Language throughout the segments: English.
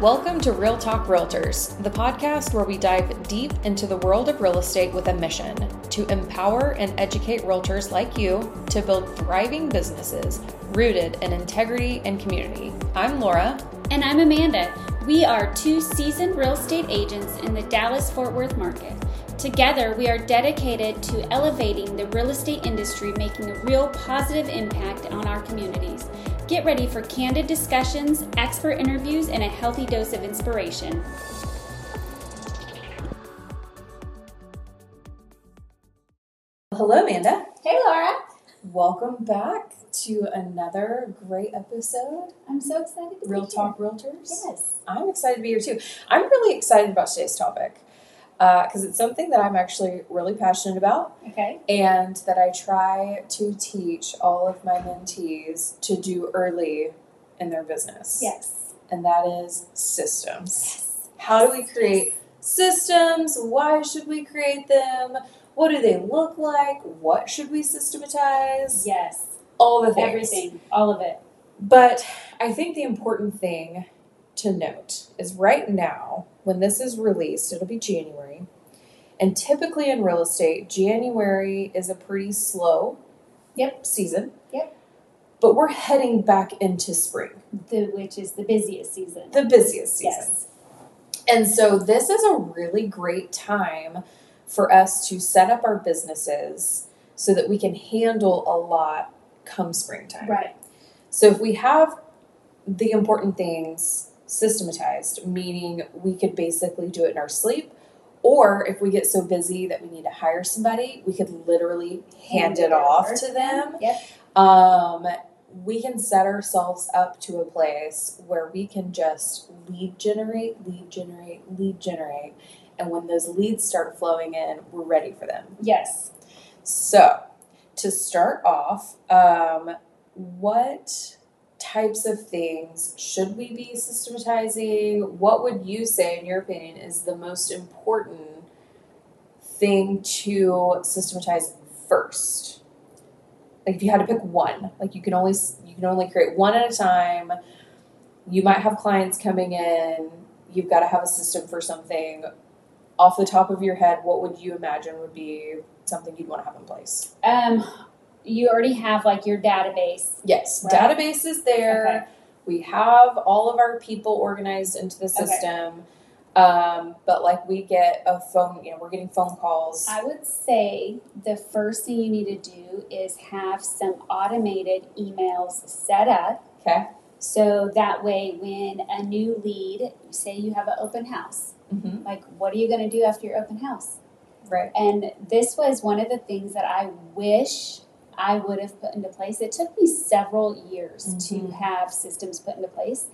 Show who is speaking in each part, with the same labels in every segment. Speaker 1: Welcome to Real Talk Realtors, the podcast where we dive deep into the world of real estate with a mission to empower and educate realtors like you to build thriving businesses rooted in integrity and community. I'm Laura.
Speaker 2: And I'm Amanda. We are two seasoned real estate agents in the Dallas Fort Worth market. Together, we are dedicated to elevating the real estate industry, making a real positive impact on our communities. Get ready for candid discussions, expert interviews, and a healthy dose of inspiration.
Speaker 1: Hello, Amanda.
Speaker 2: Hey, Laura.
Speaker 1: Welcome back to another great episode,
Speaker 2: I'm so excited to
Speaker 1: Real
Speaker 2: be
Speaker 1: Talk Realtors.
Speaker 2: Here. Yes.
Speaker 1: I'm excited to be here too. I'm really excited about today's topic because it's something that I'm actually really passionate about.
Speaker 2: Okay.
Speaker 1: and that I try to teach all of my mentees to do early in their business.
Speaker 2: Yes.
Speaker 1: And that is systems.
Speaker 2: Yes.
Speaker 1: How do we create systems? Why should we create them? What do they look like? What should we systematize?
Speaker 2: Yes.
Speaker 1: All the things.
Speaker 2: Everything. All of it.
Speaker 1: But I think the important thing to note is right now, when this is released, it'll be January. And typically in real estate, January is a pretty slow
Speaker 2: Yep.
Speaker 1: season.
Speaker 2: Yep.
Speaker 1: But we're heading back into spring,
Speaker 2: The which is the busiest season.
Speaker 1: the busiest season.
Speaker 2: Yes.
Speaker 1: And so this is a really great time for us to set up our businesses so that we can handle a lot come springtime.
Speaker 2: Right.
Speaker 1: So if we have the important things systematized, meaning we could basically do it in our sleep, or if we get so busy that we need to hire somebody, we could literally hand,
Speaker 2: Hand
Speaker 1: it
Speaker 2: it
Speaker 1: off
Speaker 2: over.
Speaker 1: to them.
Speaker 2: Yep.
Speaker 1: Um, we can set ourselves up to a place where we can just lead generate, lead generate, lead generate. And when those leads start flowing in, we're ready for them.
Speaker 2: Yes.
Speaker 1: So, to start off, um, what types of things should we be systematizing? What would you say, in your opinion, is the most important thing to systematize first? Like, if you had to pick one, like you can only s- you can only create one at a time. You might have clients coming in. You've got to have a system for something. Off the top of your head, what would you imagine would be something you'd want to have in place.
Speaker 2: Um, you already have like your database.
Speaker 1: Yes,
Speaker 2: Right.
Speaker 1: database is there. We have all of our people organized into the
Speaker 2: Okay.
Speaker 1: system. Um, but like we get a phone, you know, we're getting phone calls.
Speaker 2: I would say the first thing you need to do is have some automated emails set up.
Speaker 1: Okay.
Speaker 2: So that way, when a new lead, say you have an open house,
Speaker 1: Mm-hmm.
Speaker 2: like what are you going to do after your open house?
Speaker 1: Right.
Speaker 2: And this was one of the things that I wish I would have put into place. It took me several years
Speaker 1: Mhm.
Speaker 2: to have systems put into place.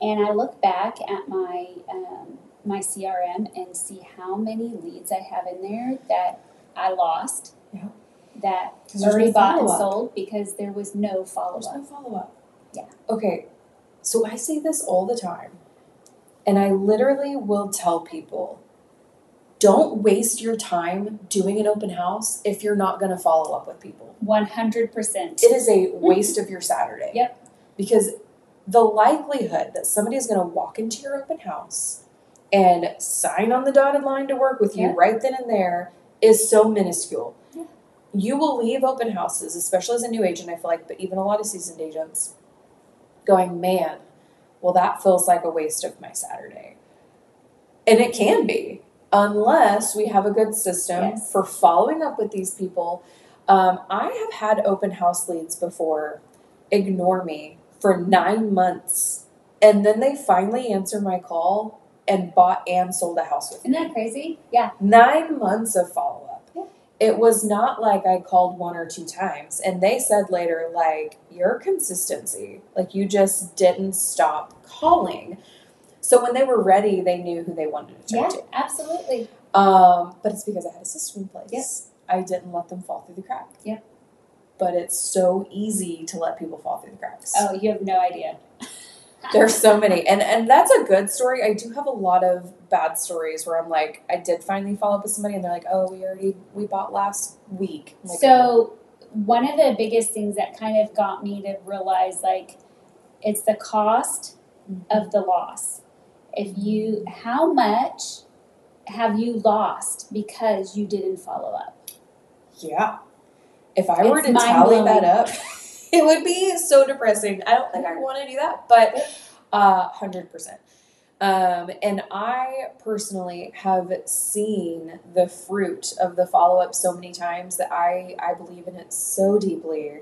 Speaker 2: And I look back at my um, my CRM and see how many leads I have in there that I lost,
Speaker 1: Yeah.
Speaker 2: that
Speaker 1: 'Cause there's
Speaker 2: already
Speaker 1: no
Speaker 2: bought and
Speaker 1: follow-up.
Speaker 2: sold because there was no follow
Speaker 1: There's
Speaker 2: up.
Speaker 1: no follow up.
Speaker 2: Yeah.
Speaker 1: Okay. So I say this all the time, and I literally will tell people don't waste your time doing an open house if you're not going to follow up with people.
Speaker 2: One hundred percent.
Speaker 1: it is a waste of your Saturday.
Speaker 2: Yep.
Speaker 1: Because the likelihood that somebody is going to walk into your open house and sign on the dotted line to work with you
Speaker 2: Yeah.
Speaker 1: right then and there is so minuscule.
Speaker 2: Yeah.
Speaker 1: You will leave open houses, especially as a new agent, I feel like, but even a lot of seasoned agents, going, man, well, that feels like a waste of my Saturday. And it can be, unless we have a good system
Speaker 2: Yes.
Speaker 1: for following up with these people. Um, I have had open house leads before ignore me for nine months, and then they finally answer my call and bought and sold a house with me.
Speaker 2: Isn't that crazy? Yeah.
Speaker 1: Nine months of follow up.
Speaker 2: Yeah.
Speaker 1: It was not like I called one or two times, and they said later, like, your consistency, like, you just didn't stop calling. So when they were ready, they knew who they wanted to
Speaker 2: Yeah.
Speaker 1: talk to.
Speaker 2: Absolutely.
Speaker 1: Um, but it's because I had a system in place.
Speaker 2: Yep.
Speaker 1: I didn't let them fall through the crack.
Speaker 2: Yep.
Speaker 1: But it's so easy to let people fall through the cracks.
Speaker 2: Oh, you have no idea.
Speaker 1: There's so many. And and that's a good story. I do have a lot of bad stories where I'm like, I did finally follow up with somebody and they're like, Oh, we already we bought last week. I'm like,
Speaker 2: So, one of the biggest things that kind of got me to realize like it's the cost
Speaker 1: Mhm.
Speaker 2: of the loss. If you, how much have you lost because you didn't follow up?
Speaker 1: Yeah. If I were
Speaker 2: It's
Speaker 1: to tally
Speaker 2: mind-blowing.
Speaker 1: that up, it would be so depressing. I don't think I want to do that, but uh, 100%. Um, and I personally have seen the fruit of the follow up so many times that I, I believe in it so deeply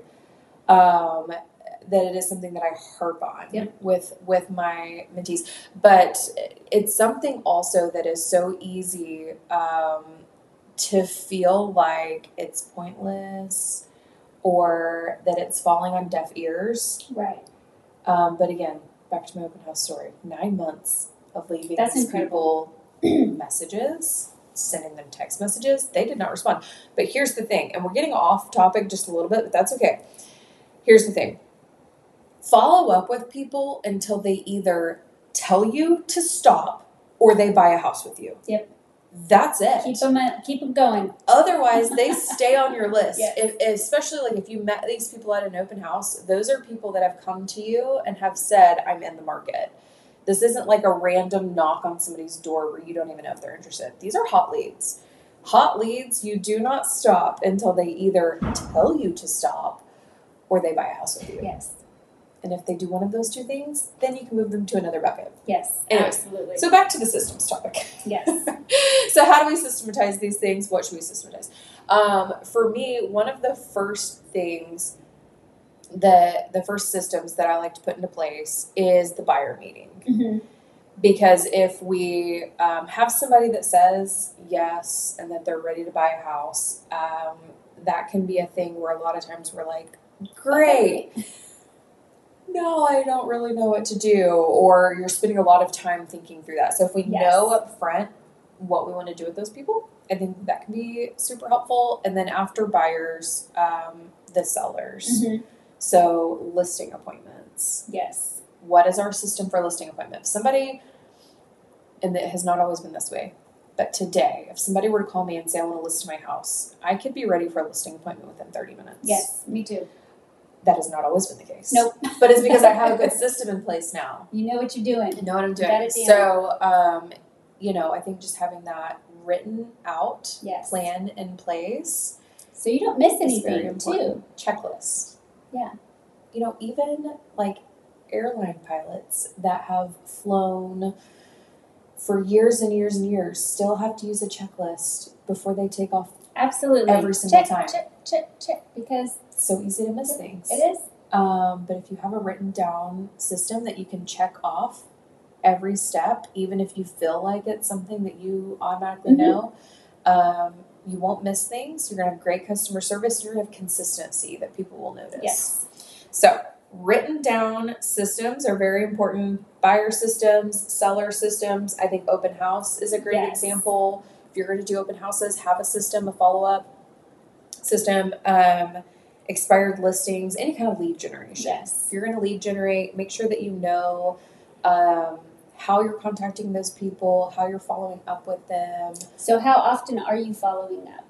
Speaker 1: um, that it is something that I harp on
Speaker 2: Yep.
Speaker 1: with with my mentees. But it's something also that is so easy um, to feel like it's pointless or that it's falling on deaf ears.
Speaker 2: Right.
Speaker 1: Um, but again, back to my open house story. Nine months of leaving
Speaker 2: That's
Speaker 1: these
Speaker 2: incredible.
Speaker 1: people messages, sending them text messages. They did not respond. But here's the thing, and we're getting off topic just a little bit, but that's okay. Here's the thing. Follow up with people until they either tell you to stop or they buy a house with you.
Speaker 2: Yep.
Speaker 1: That's it
Speaker 2: Keep them, keep them going.
Speaker 1: otherwise they stay on your list
Speaker 2: Yes.
Speaker 1: if, especially like if you met these people at an open house those are people that have come to you and have said i'm in the market this isn't like a random knock on somebody's door where you don't even know if they're interested these are hot leads hot leads you do not stop until they either tell you to stop or they buy a house with you
Speaker 2: Yes.
Speaker 1: and if they do one of those two things then you can move them to another bucket
Speaker 2: Yes.
Speaker 1: Anyway,
Speaker 2: absolutely.
Speaker 1: so back to the systems topic
Speaker 2: yes.
Speaker 1: so how do we systematize these things what should we systematize um, for me one of the first things that the first systems that i like to put into place is the buyer meeting
Speaker 2: Mhm.
Speaker 1: because if we um, have somebody that says yes and that they're ready to buy a house um, that can be a thing where a lot of times we're like great no, I don't really know what to do, or you're spending a lot of time thinking through that. So if we
Speaker 2: Yes.
Speaker 1: know up front what we want to do with those people, I think that can be super helpful. And then after buyers, um, the sellers.
Speaker 2: Mhm.
Speaker 1: So listing appointments.
Speaker 2: Yes.
Speaker 1: What is our system for listing appointments? Somebody, and it has not always been this way, but today, if somebody were to call me and say, I want to list my house, I could be ready for a listing appointment within 30 minutes.
Speaker 2: Yes. Me too.
Speaker 1: That has not always been the case.
Speaker 2: Nope.
Speaker 1: But it's because I have a good system in place now.
Speaker 2: You know what you're
Speaker 1: I
Speaker 2: doing.
Speaker 1: know what I'm
Speaker 2: Got
Speaker 1: doing.
Speaker 2: it down.
Speaker 1: So, um, you know, I think just having that written out,
Speaker 2: Yes.
Speaker 1: plan in place,
Speaker 2: So you don't miss
Speaker 1: It's very
Speaker 2: anything too.
Speaker 1: important. checklist.
Speaker 2: Yeah.
Speaker 1: You know, even like airline pilots that have flown for years and years and years still have to use a checklist before they take off.
Speaker 2: Absolutely.
Speaker 1: Every single
Speaker 2: check,
Speaker 1: time.
Speaker 2: Check, check, check, because
Speaker 1: It's so easy to miss things.
Speaker 2: it is.
Speaker 1: Um, but if you have a written down system that you can check off every step, even if you feel like it's something that you automatically
Speaker 2: Mhm.
Speaker 1: know, um, you won't miss things. You're going to have great customer service. You're going to have consistency that people will notice.
Speaker 2: Yes.
Speaker 1: So, written down systems are very important. Buyer systems, seller systems. I think open house is a great
Speaker 2: Yes.
Speaker 1: example. If you're going to do open houses, have a system, a follow up system, um, expired listings, any kind of lead generation. If
Speaker 2: Yes.
Speaker 1: you're going to lead generate, make sure that you know um, how you're contacting those people, how you're following up with them.
Speaker 2: So how often are you following up?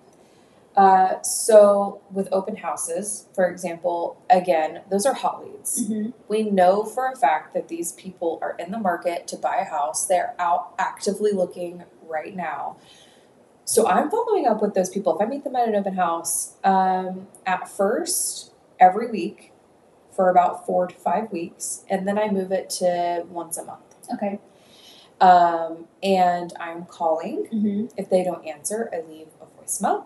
Speaker 1: Uh, so, with open houses, for example, again, those are hot leads.
Speaker 2: Mm-hmm.
Speaker 1: We know for a fact that these people are in the market to buy a house. They're out actively looking right now. So I'm following up with those people. If I meet them at an open house, um, at first, every week for about four to five weeks, and then I move it to once a month.
Speaker 2: Okay.
Speaker 1: Um, and I'm calling.
Speaker 2: Mm-hmm.
Speaker 1: If they don't answer, I leave a voicemail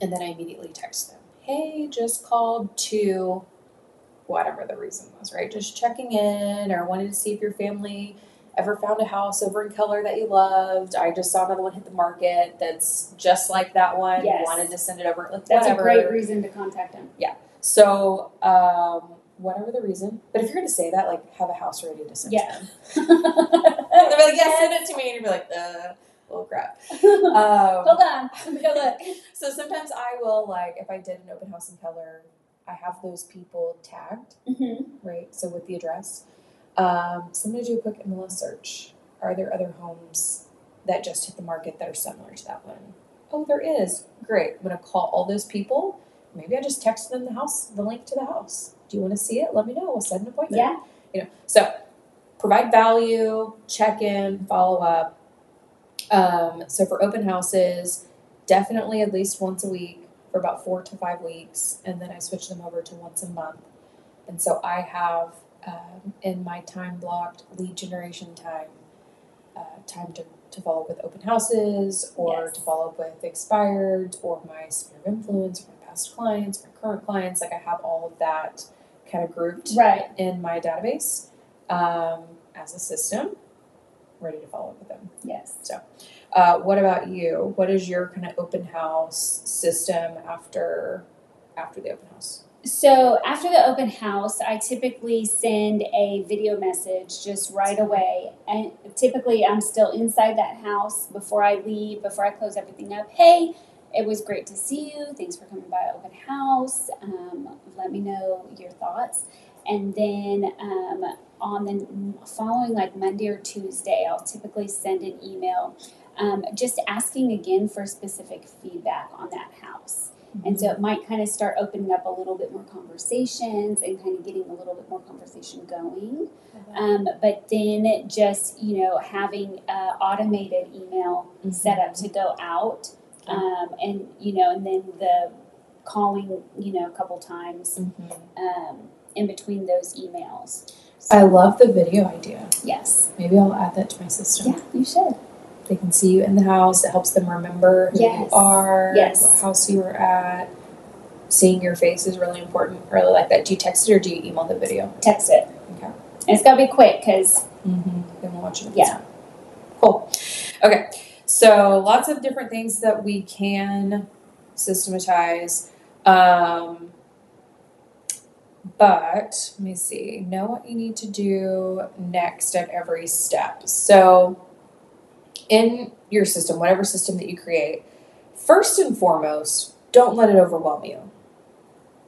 Speaker 1: and then I immediately text them, hey, just called to whatever the reason was, right? Just checking in or wanted to see if your family ever found a house over in Keller that you loved. I just saw another one hit the market that's just like that one.
Speaker 2: Yes.
Speaker 1: Wanted to send it over. Like,
Speaker 2: That's
Speaker 1: whatever.
Speaker 2: a great reason to contact them.
Speaker 1: So, um, whatever the reason, but if you're going to say that, like, have a house ready to send to
Speaker 2: Yeah.
Speaker 1: them. They'll be like, yeah, send it to me. And you'll be like, uh, well, crap. Um,
Speaker 2: Hold on. Let me go look.
Speaker 1: So sometimes I will like if I did an open house in Keller, I have those people tagged,
Speaker 2: Mm-hmm.
Speaker 1: right? So with the address. Um, so I'm gonna do a quick MLS search. Are there other homes that just hit the market that are similar to that one? Oh, there is. Great. I'm gonna call all those people. Maybe I just text them the house, the link to the house. Do you want to see it? Let me know. We'll set an appointment.
Speaker 2: Yeah.
Speaker 1: You know. So provide value, check in, follow up. Um, so for open houses, definitely at least once a week for about four to five weeks, and then I switch them over to once a month. And so I have um, in my time blocked lead generation time, uh, time to, to follow up with open houses or
Speaker 2: Yes.
Speaker 1: to follow up with expired or my sphere of influence, my past clients, my current clients. Like I have all of that kind of grouped
Speaker 2: Right.
Speaker 1: in my database um, as a system, ready to follow up with them.
Speaker 2: Yes.
Speaker 1: Uh, what about you? What is your kind of open house system after after the open house?
Speaker 2: So after the open house, I typically send a video message just right away. And typically, I'm still inside that house before I leave, before I close everything up. Hey, it was great to see you. Thanks for coming by open house. Um, let me know your thoughts. And then um, on the n- following, like Monday or Tuesday, I'll typically send an email um, just asking again for specific feedback on that house. And so it might kind of start opening up a little bit more conversations and kind of getting a little bit more conversation going. Um, but then just, you know, having uh, automated email
Speaker 1: Mhm.
Speaker 2: set up to go out. Um, and, you know, and then the calling, you know, a couple times um, in between those emails.
Speaker 1: I love the video idea.
Speaker 2: Yes.
Speaker 1: Maybe I'll add that to my system.
Speaker 2: Yeah, you should.
Speaker 1: They can see you in the house. It helps them remember who
Speaker 2: Yes.
Speaker 1: you are,
Speaker 2: Yes.
Speaker 1: what house you were at. Seeing your face is really important. I really like that. Do you text it or do you email the video?
Speaker 2: Text it.
Speaker 1: Okay.
Speaker 2: And it's got to be quick because,
Speaker 1: Mm-hmm. They will watch it.
Speaker 2: Yeah.
Speaker 1: Cool. Okay. So lots of different things that we can systematize. Um, but let me see. Know what you need to do next at every step. So in your system, whatever system that you create, first and foremost, don't let it overwhelm you.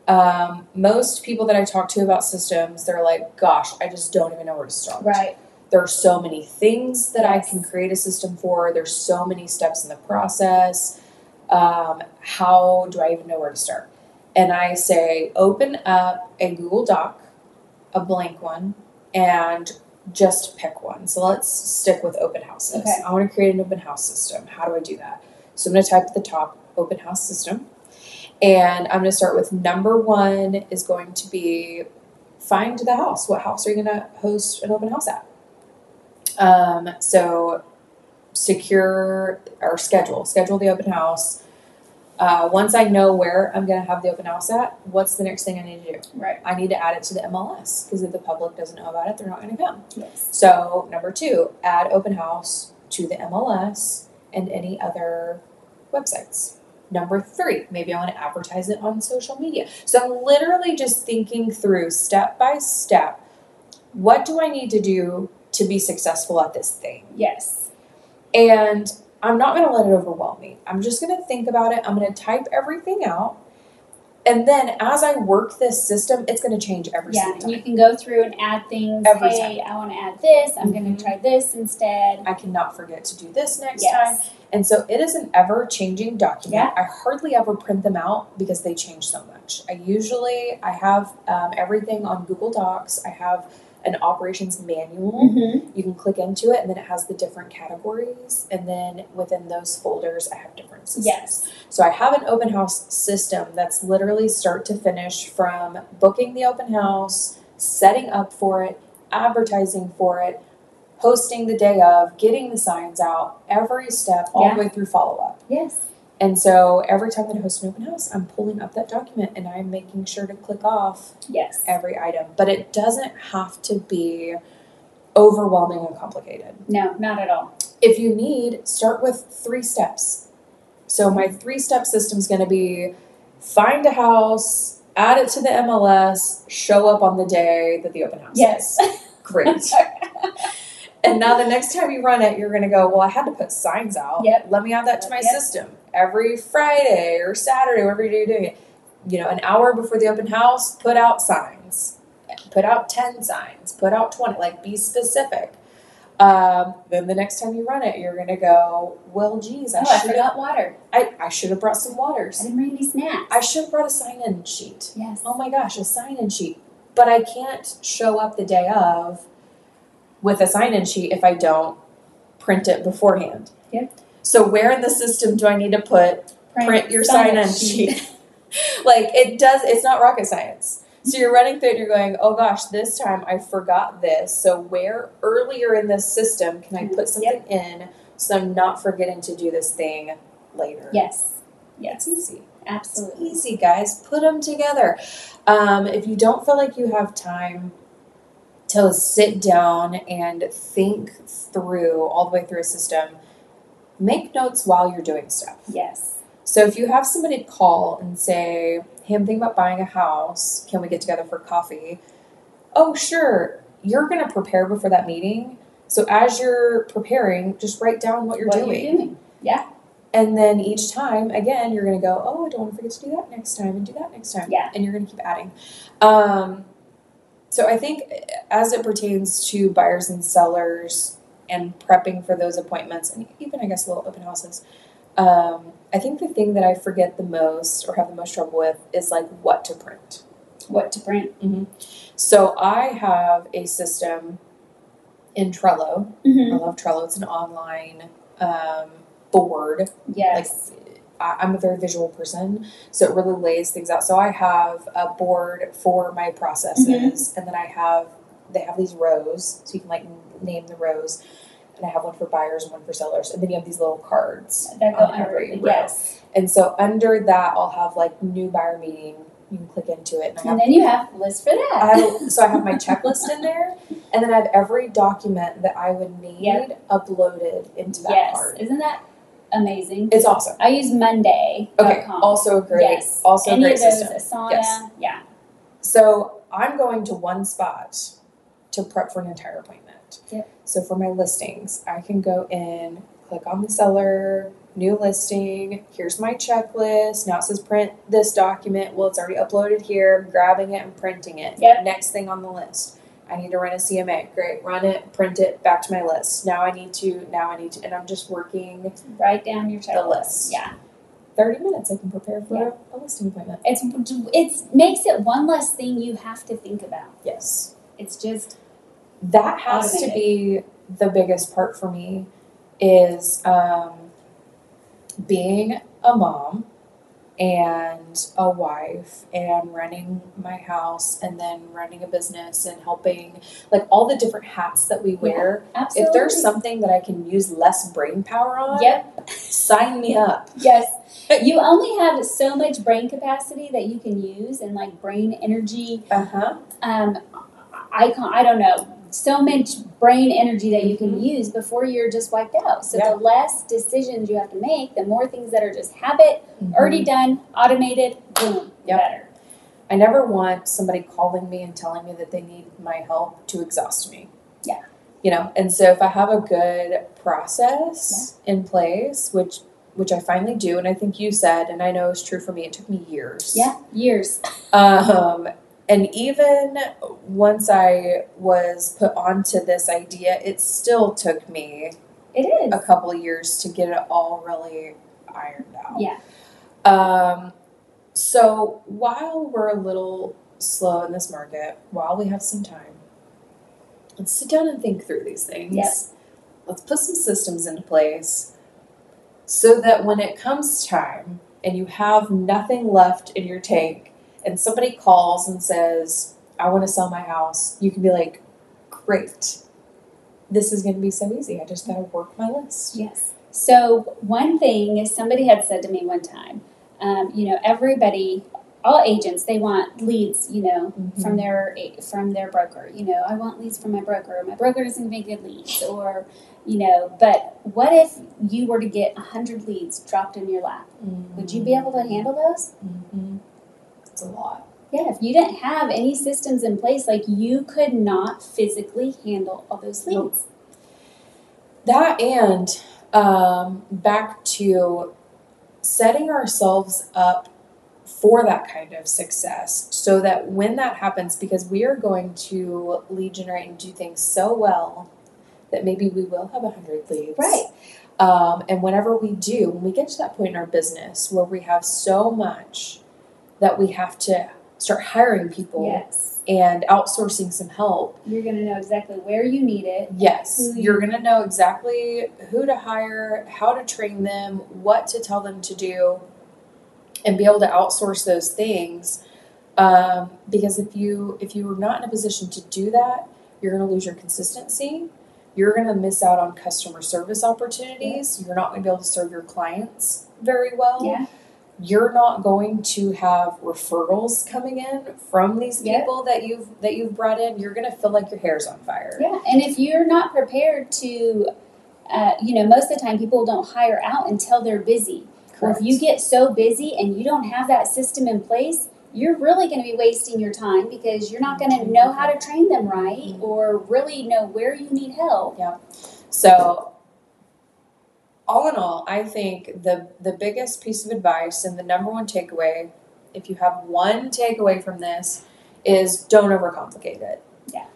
Speaker 1: Um, most people that I talk to about systems, they're like, gosh, I just don't even know where to start
Speaker 2: right.
Speaker 1: there are so many things that I
Speaker 2: Yes.
Speaker 1: can create a system for. There's so many steps in the process. Um, how do I even know where to start? And I say, open up a Google Doc, a blank one, and just pick one. So let's stick with open houses.
Speaker 2: Okay.
Speaker 1: I want to create an open house system. How do I do that? So I'm going to type at the top open house system. And I'm going to start with number one is going to be find the house. What house are you going to host an open house at? Um, so secure or schedule, schedule the open house. Uh, once I know where I'm going to have the open house at, what's the next thing I need to do?
Speaker 2: Right.
Speaker 1: I need to add it to the MLS because if the public doesn't know about it, they're not going to come.
Speaker 2: Yes.
Speaker 1: So, number two, add open house to the MLS and any other websites. Number three, maybe I want to advertise it on social media. So, I'm literally just thinking through step by step what do I need to do to be successful at this thing?
Speaker 2: Yes.
Speaker 1: And I'm not going to let it overwhelm me. I'm just going to think about it. I'm going to type everything out. And then as I work this system, it's going to change every
Speaker 2: Yeah,
Speaker 1: single
Speaker 2: and
Speaker 1: time.
Speaker 2: you can go through and add things.
Speaker 1: Every
Speaker 2: hey, I want to add this. I'm going
Speaker 1: Mhm.
Speaker 2: to try this instead.
Speaker 1: I cannot forget to do this next time.
Speaker 2: yes.
Speaker 1: And so it is an ever changing document. I hardly ever print them out because they change so much. I usually I have um, everything on Google Docs. I have an operations manual.
Speaker 2: Mm-hmm.
Speaker 1: You can click into it, and then it has the different categories. And then within those folders, I have different systems.
Speaker 2: Yes.
Speaker 1: So I have an open house system that's literally start to finish from booking the open house, setting up for it, advertising for it, hosting the day of, getting the signs out, every step, all the way through follow up.
Speaker 2: Yes.
Speaker 1: And so every time that I host an open house, I'm pulling up that document and I'm making sure to click off
Speaker 2: Yes.
Speaker 1: every item. But it doesn't have to be overwhelming and complicated
Speaker 2: No, not at all.
Speaker 1: if you need, start with three steps. So my three step system is going to be find a house, add it to the MLS, show up on the day that the open house
Speaker 2: Yes.
Speaker 1: is. Great. and now the next time you run it, you're going to go, well, I had to put signs out.
Speaker 2: Yep.
Speaker 1: Let me add that to my
Speaker 2: Yep.
Speaker 1: system every Friday or Saturday, wherever you're doing it. You know, an hour before the open house, put out signs. Put out 10 signs. Put out 20. Like, be specific. Um, then the next time you run it, you're gonna go, well, geez, I
Speaker 2: Oh, I
Speaker 1: should have
Speaker 2: forgot water.
Speaker 1: I, I should have brought some
Speaker 2: I
Speaker 1: waters.
Speaker 2: didn't bring any snacks.
Speaker 1: I should have brought a sign-in sheet.
Speaker 2: yes.
Speaker 1: Oh my gosh, a sign-in sheet. But I can't show up the day of with a sign in sheet if I don't print it beforehand.
Speaker 2: Yeah.
Speaker 1: So where in the system do I need to put print your sign in sheet? like it does it's not rocket science. So you're running through and you're going, oh gosh, this time I forgot this. So where earlier in this system can I put something in so I'm not forgetting to do this thing later?
Speaker 2: Yes. Yes.
Speaker 1: It's easy.
Speaker 2: Absolutely.
Speaker 1: Easy, guys. Put them together. Um, if you don't feel like you have time to sit down and think through all the way through a system, make notes while you're doing stuff.
Speaker 2: Yes.
Speaker 1: So if you have somebody call and say, "Hey, I'm thinking about buying a house. Can we get together for coffee?" Oh, sure. You're going to prepare before that meeting. So as you're preparing, just write down what you're
Speaker 2: what
Speaker 1: doing.
Speaker 2: you're doing.
Speaker 1: And then each time, again, you're going to go, oh, I don't want to forget to do that next time and do that next time.
Speaker 2: Yeah.
Speaker 1: And you're going to keep adding. Um, so I think uh, as it pertains to buyers and sellers and prepping for those appointments and even, I guess, little open houses, um, I think the thing that I forget the most or have the most trouble with is like what to print.
Speaker 2: What to print.
Speaker 1: So I have a system in Trello. I
Speaker 2: Mm-hmm.
Speaker 1: love Trello, it's an online um, board like
Speaker 2: Yes.
Speaker 1: I- I'm a very visual person, so it really lays things out. So I have a board for my processes,
Speaker 2: Mm-hmm.
Speaker 1: and then I have they have these rows, so you can like n- name the rows, and I have one for buyers and one for sellers, and then you have these little cards.
Speaker 2: that go
Speaker 1: on
Speaker 2: under.
Speaker 1: every row.
Speaker 2: Yes.
Speaker 1: And so under that, I'll have like new buyer meeting. You can click into it, and I have
Speaker 2: And then you have list for that.
Speaker 1: I, so I have my checklist in there, and then I have every document that I would need
Speaker 2: Yep.
Speaker 1: uploaded into that
Speaker 2: yes.
Speaker 1: part.
Speaker 2: Isn't that amazing?
Speaker 1: It's awesome.
Speaker 2: I use Monday.
Speaker 1: Okay, also a great,
Speaker 2: Yes.
Speaker 1: also a
Speaker 2: Any
Speaker 1: great
Speaker 2: of those,
Speaker 1: system.
Speaker 2: Asana.
Speaker 1: Yes.
Speaker 2: Yeah.
Speaker 1: So I'm going to one spot to prep for an entire appointment.
Speaker 2: Yep.
Speaker 1: So for my listings, I can go in, click on the seller, new listing, here's my checklist. Now it says print this document. Well, it's already uploaded here. I'm grabbing it and printing it.
Speaker 2: Yep.
Speaker 1: Next thing on the list. I need to run a CMA. Great, run it, print it, back to my list. Now I need to, now I need to, and I'm just working
Speaker 2: Write down your checklist.
Speaker 1: list.
Speaker 2: Yeah.
Speaker 1: 30 minutes. I can prepare for a listing appointment.
Speaker 2: It's it's makes it one less thing you have to think about.
Speaker 1: Yes.
Speaker 2: It's just
Speaker 1: that has to be the biggest part for me is um, being a mom and a wife and running my house and then running a business and helping like all the different hats that we wear
Speaker 2: absolutely.
Speaker 1: if there's something that i can use less brain power on
Speaker 2: Yep.
Speaker 1: sign me up
Speaker 2: Yes. You only have so much brain capacity that you can use and like brain energy.
Speaker 1: uh-huh
Speaker 2: Um, I can I don't know. So much brain energy that you can use before you're just wiped out. So
Speaker 1: Mm-hmm. Yeah.
Speaker 2: the less decisions you have to make, the more things that are just habit,
Speaker 1: Mm-hmm.
Speaker 2: already done, automated, boom,
Speaker 1: Yep.
Speaker 2: better.
Speaker 1: i never want somebody calling me and telling me that they need my help to exhaust me
Speaker 2: Yeah.
Speaker 1: you know and so if i have a good process in place which which i finally do and i think you said and i know it's true for me it took me years
Speaker 2: Yeah. Years.
Speaker 1: um and even once i was put onto this idea it still took me
Speaker 2: It is.
Speaker 1: a couple of years to get it all really ironed out
Speaker 2: Yeah.
Speaker 1: um, so while we're a little slow in this market, while we have some time, let's sit down and think through these things.
Speaker 2: Yep.
Speaker 1: Let's put some systems into place so that when it comes time and you have nothing left in your tank and somebody calls and says, I want to sell my house, you can be like, great. This is going to be so easy. I just got to work my list.
Speaker 2: Yes. So one thing is somebody had said to me one time, um, you know, everybody, all agents, they want leads, you know, from their from their broker. You know, I want leads from my broker. My broker doesn't make good leads, or you know. But what if you were to get hundred leads dropped in your lap? Would you be able to handle those?
Speaker 1: Mhm. It's a lot.
Speaker 2: Yeah, if you didn't have any systems in place, like you could not physically handle all those
Speaker 1: Nope.
Speaker 2: leads.
Speaker 1: That and um, back to setting ourselves up for that kind of success so that when that happens, because we are going to lead generate and do things so well that maybe we will have 100 leads.
Speaker 2: Right.
Speaker 1: Um, and whenever we do, when we get to that point in our business where we have so much that we have to start hiring people
Speaker 2: Yes.
Speaker 1: and outsourcing some help.
Speaker 2: You're going to know exactly where you need it.
Speaker 1: Yes,
Speaker 2: Who you-
Speaker 1: you're going to know exactly who to hire, how to train them, what to tell them to do, and be able to outsource those things. Um, because if you if you are not in a position to do that, you're going to lose your consistency. You're going to miss out on customer service opportunities. You're not going to be able to serve your clients very well.
Speaker 2: Yeah.
Speaker 1: You're not going to have referrals coming in from these
Speaker 2: Yeah.
Speaker 1: people that you've that you've brought in. You're going to feel like your hair's on fire.
Speaker 2: Yeah. And if you're not prepared to, uh, you know, most of the time people don't hire out until they're busy. Or if you get so busy and you don't have that system in place, you're really going to be wasting your time because you're not going to know how to train them right
Speaker 1: Mm-hmm.
Speaker 2: or really know where you need help.
Speaker 1: So, all in all, I think the the biggest piece of advice and the number one takeaway, if you have one takeaway from this, is don't overcomplicate it.
Speaker 2: Yeah.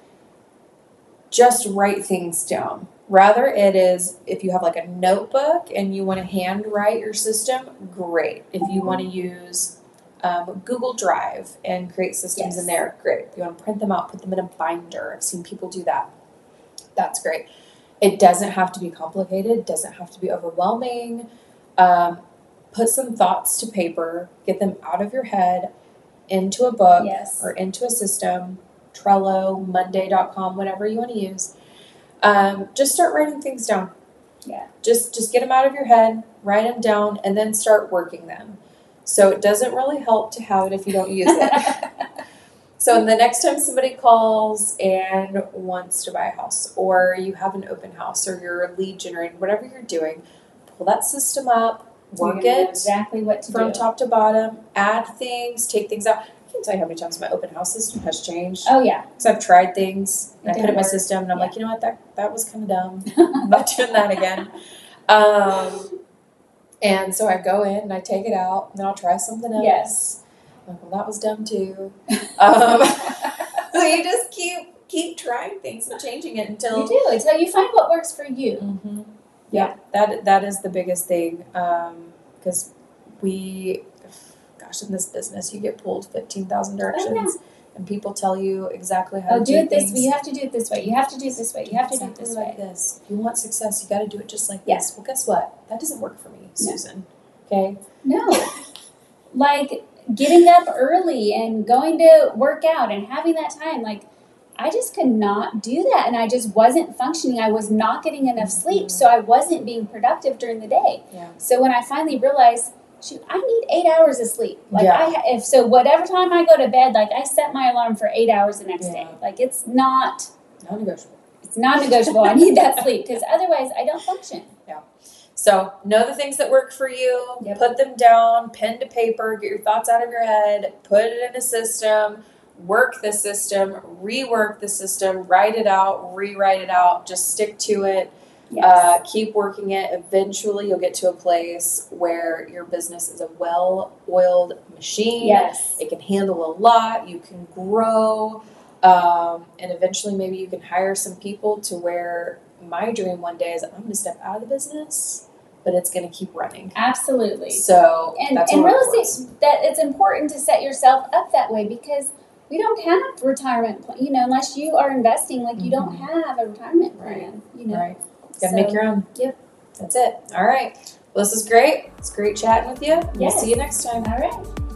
Speaker 1: Just write things down. Rather, it is if you have like a notebook and you want to hand write your system, great. If you want to use um, Google Drive and create systems in
Speaker 2: Yes.
Speaker 1: there, great. If you want to print them out, put them in a binder. I've seen people do that. That's great. It doesn't have to be complicated, doesn't have to be overwhelming. Um, put some thoughts to paper, get them out of your head, into a book,
Speaker 2: Yes.
Speaker 1: or into a system, Trello, Monday.com, whatever you want to use. Um, just start writing things down.
Speaker 2: Yeah.
Speaker 1: Just just get them out of your head, write them down, and then start working them. So it doesn't really help to have it if you don't use it. so the next time somebody calls and wants to buy a house, or you have an open house, or you're lead generating, whatever you're doing, pull that system up,
Speaker 2: You're
Speaker 1: work
Speaker 2: gonna know
Speaker 1: it
Speaker 2: exactly what to
Speaker 1: from
Speaker 2: do.
Speaker 1: top to bottom, add things, take things out. I can't tell you how many times my open house system has changed.
Speaker 2: Oh yeah.
Speaker 1: Because I've tried things, and
Speaker 2: It
Speaker 1: I put it in my
Speaker 2: didn't work.
Speaker 1: system, and I'm
Speaker 2: Yeah.
Speaker 1: like, you know what, that, that was kind of dumb. I'm not doing that again. Um, and so I go in and I take it out, and then I'll try something else.
Speaker 2: Yes.
Speaker 1: I'm like, well, that was dumb too. Um, so you just keep keep trying things and changing it until
Speaker 2: You do until you find what works for you.
Speaker 1: Mm-hmm. Yeah, that that is the biggest thing because we, gosh, in this business you get pulled fifteen thousand directions, and people tell you exactly how
Speaker 2: Oh,
Speaker 1: to
Speaker 2: do it this
Speaker 1: things.
Speaker 2: way. You have to do it this way. You have to do it this way. You have to do it
Speaker 1: Exactly
Speaker 2: this
Speaker 1: like
Speaker 2: way.
Speaker 1: this. If you want success, you got to do it just like
Speaker 2: Yeah.
Speaker 1: this. Well, guess what? That doesn't work for me,
Speaker 2: No.
Speaker 1: Susan. Okay.
Speaker 2: No. like getting up early and going to work out and having that time. Like, I just could not do that. And I just wasn't functioning. I was not getting enough sleep. So I wasn't being productive during the day.
Speaker 1: Yeah.
Speaker 2: So when I finally realized, shoot, I need eight hours of sleep. Like,
Speaker 1: Yeah.
Speaker 2: I, ha- if so, whatever time I go to bed, like, I set my alarm for eight hours the next
Speaker 1: Yeah.
Speaker 2: day. Like, it's not.
Speaker 1: Non-negotiable.
Speaker 2: It's non-negotiable. I need that sleep because otherwise I don't function.
Speaker 1: So know the things that work for you.
Speaker 2: Yep.
Speaker 1: Put them down, pen to paper. Get your thoughts out of your head. Put it in a system. Work the system. Rework the system. Write it out. Rewrite it out. Just stick to it. Uh, keep working it. Eventually, you'll get to a place where your business is a well-oiled machine.
Speaker 2: yes.
Speaker 1: It can handle a lot. You can grow. Um, and eventually, maybe you can hire some people to where my dream one day is I'm going to step out of the business, but it's going to keep running.
Speaker 2: Absolutely.
Speaker 1: So,
Speaker 2: And
Speaker 1: that's
Speaker 2: and
Speaker 1: what
Speaker 2: real
Speaker 1: it was.
Speaker 2: estate that it's important to set yourself up that way because we don't have retirement plan. You know, unless you are investing, like you don't have a retirement plan. You
Speaker 1: Mm-hmm.
Speaker 2: know.
Speaker 1: Right. You got to
Speaker 2: So,
Speaker 1: make your own.
Speaker 2: Yep.
Speaker 1: That's it. All right. Well, this is great. It's great chatting with you. We'll
Speaker 2: Yes.
Speaker 1: see you next time.
Speaker 2: All right.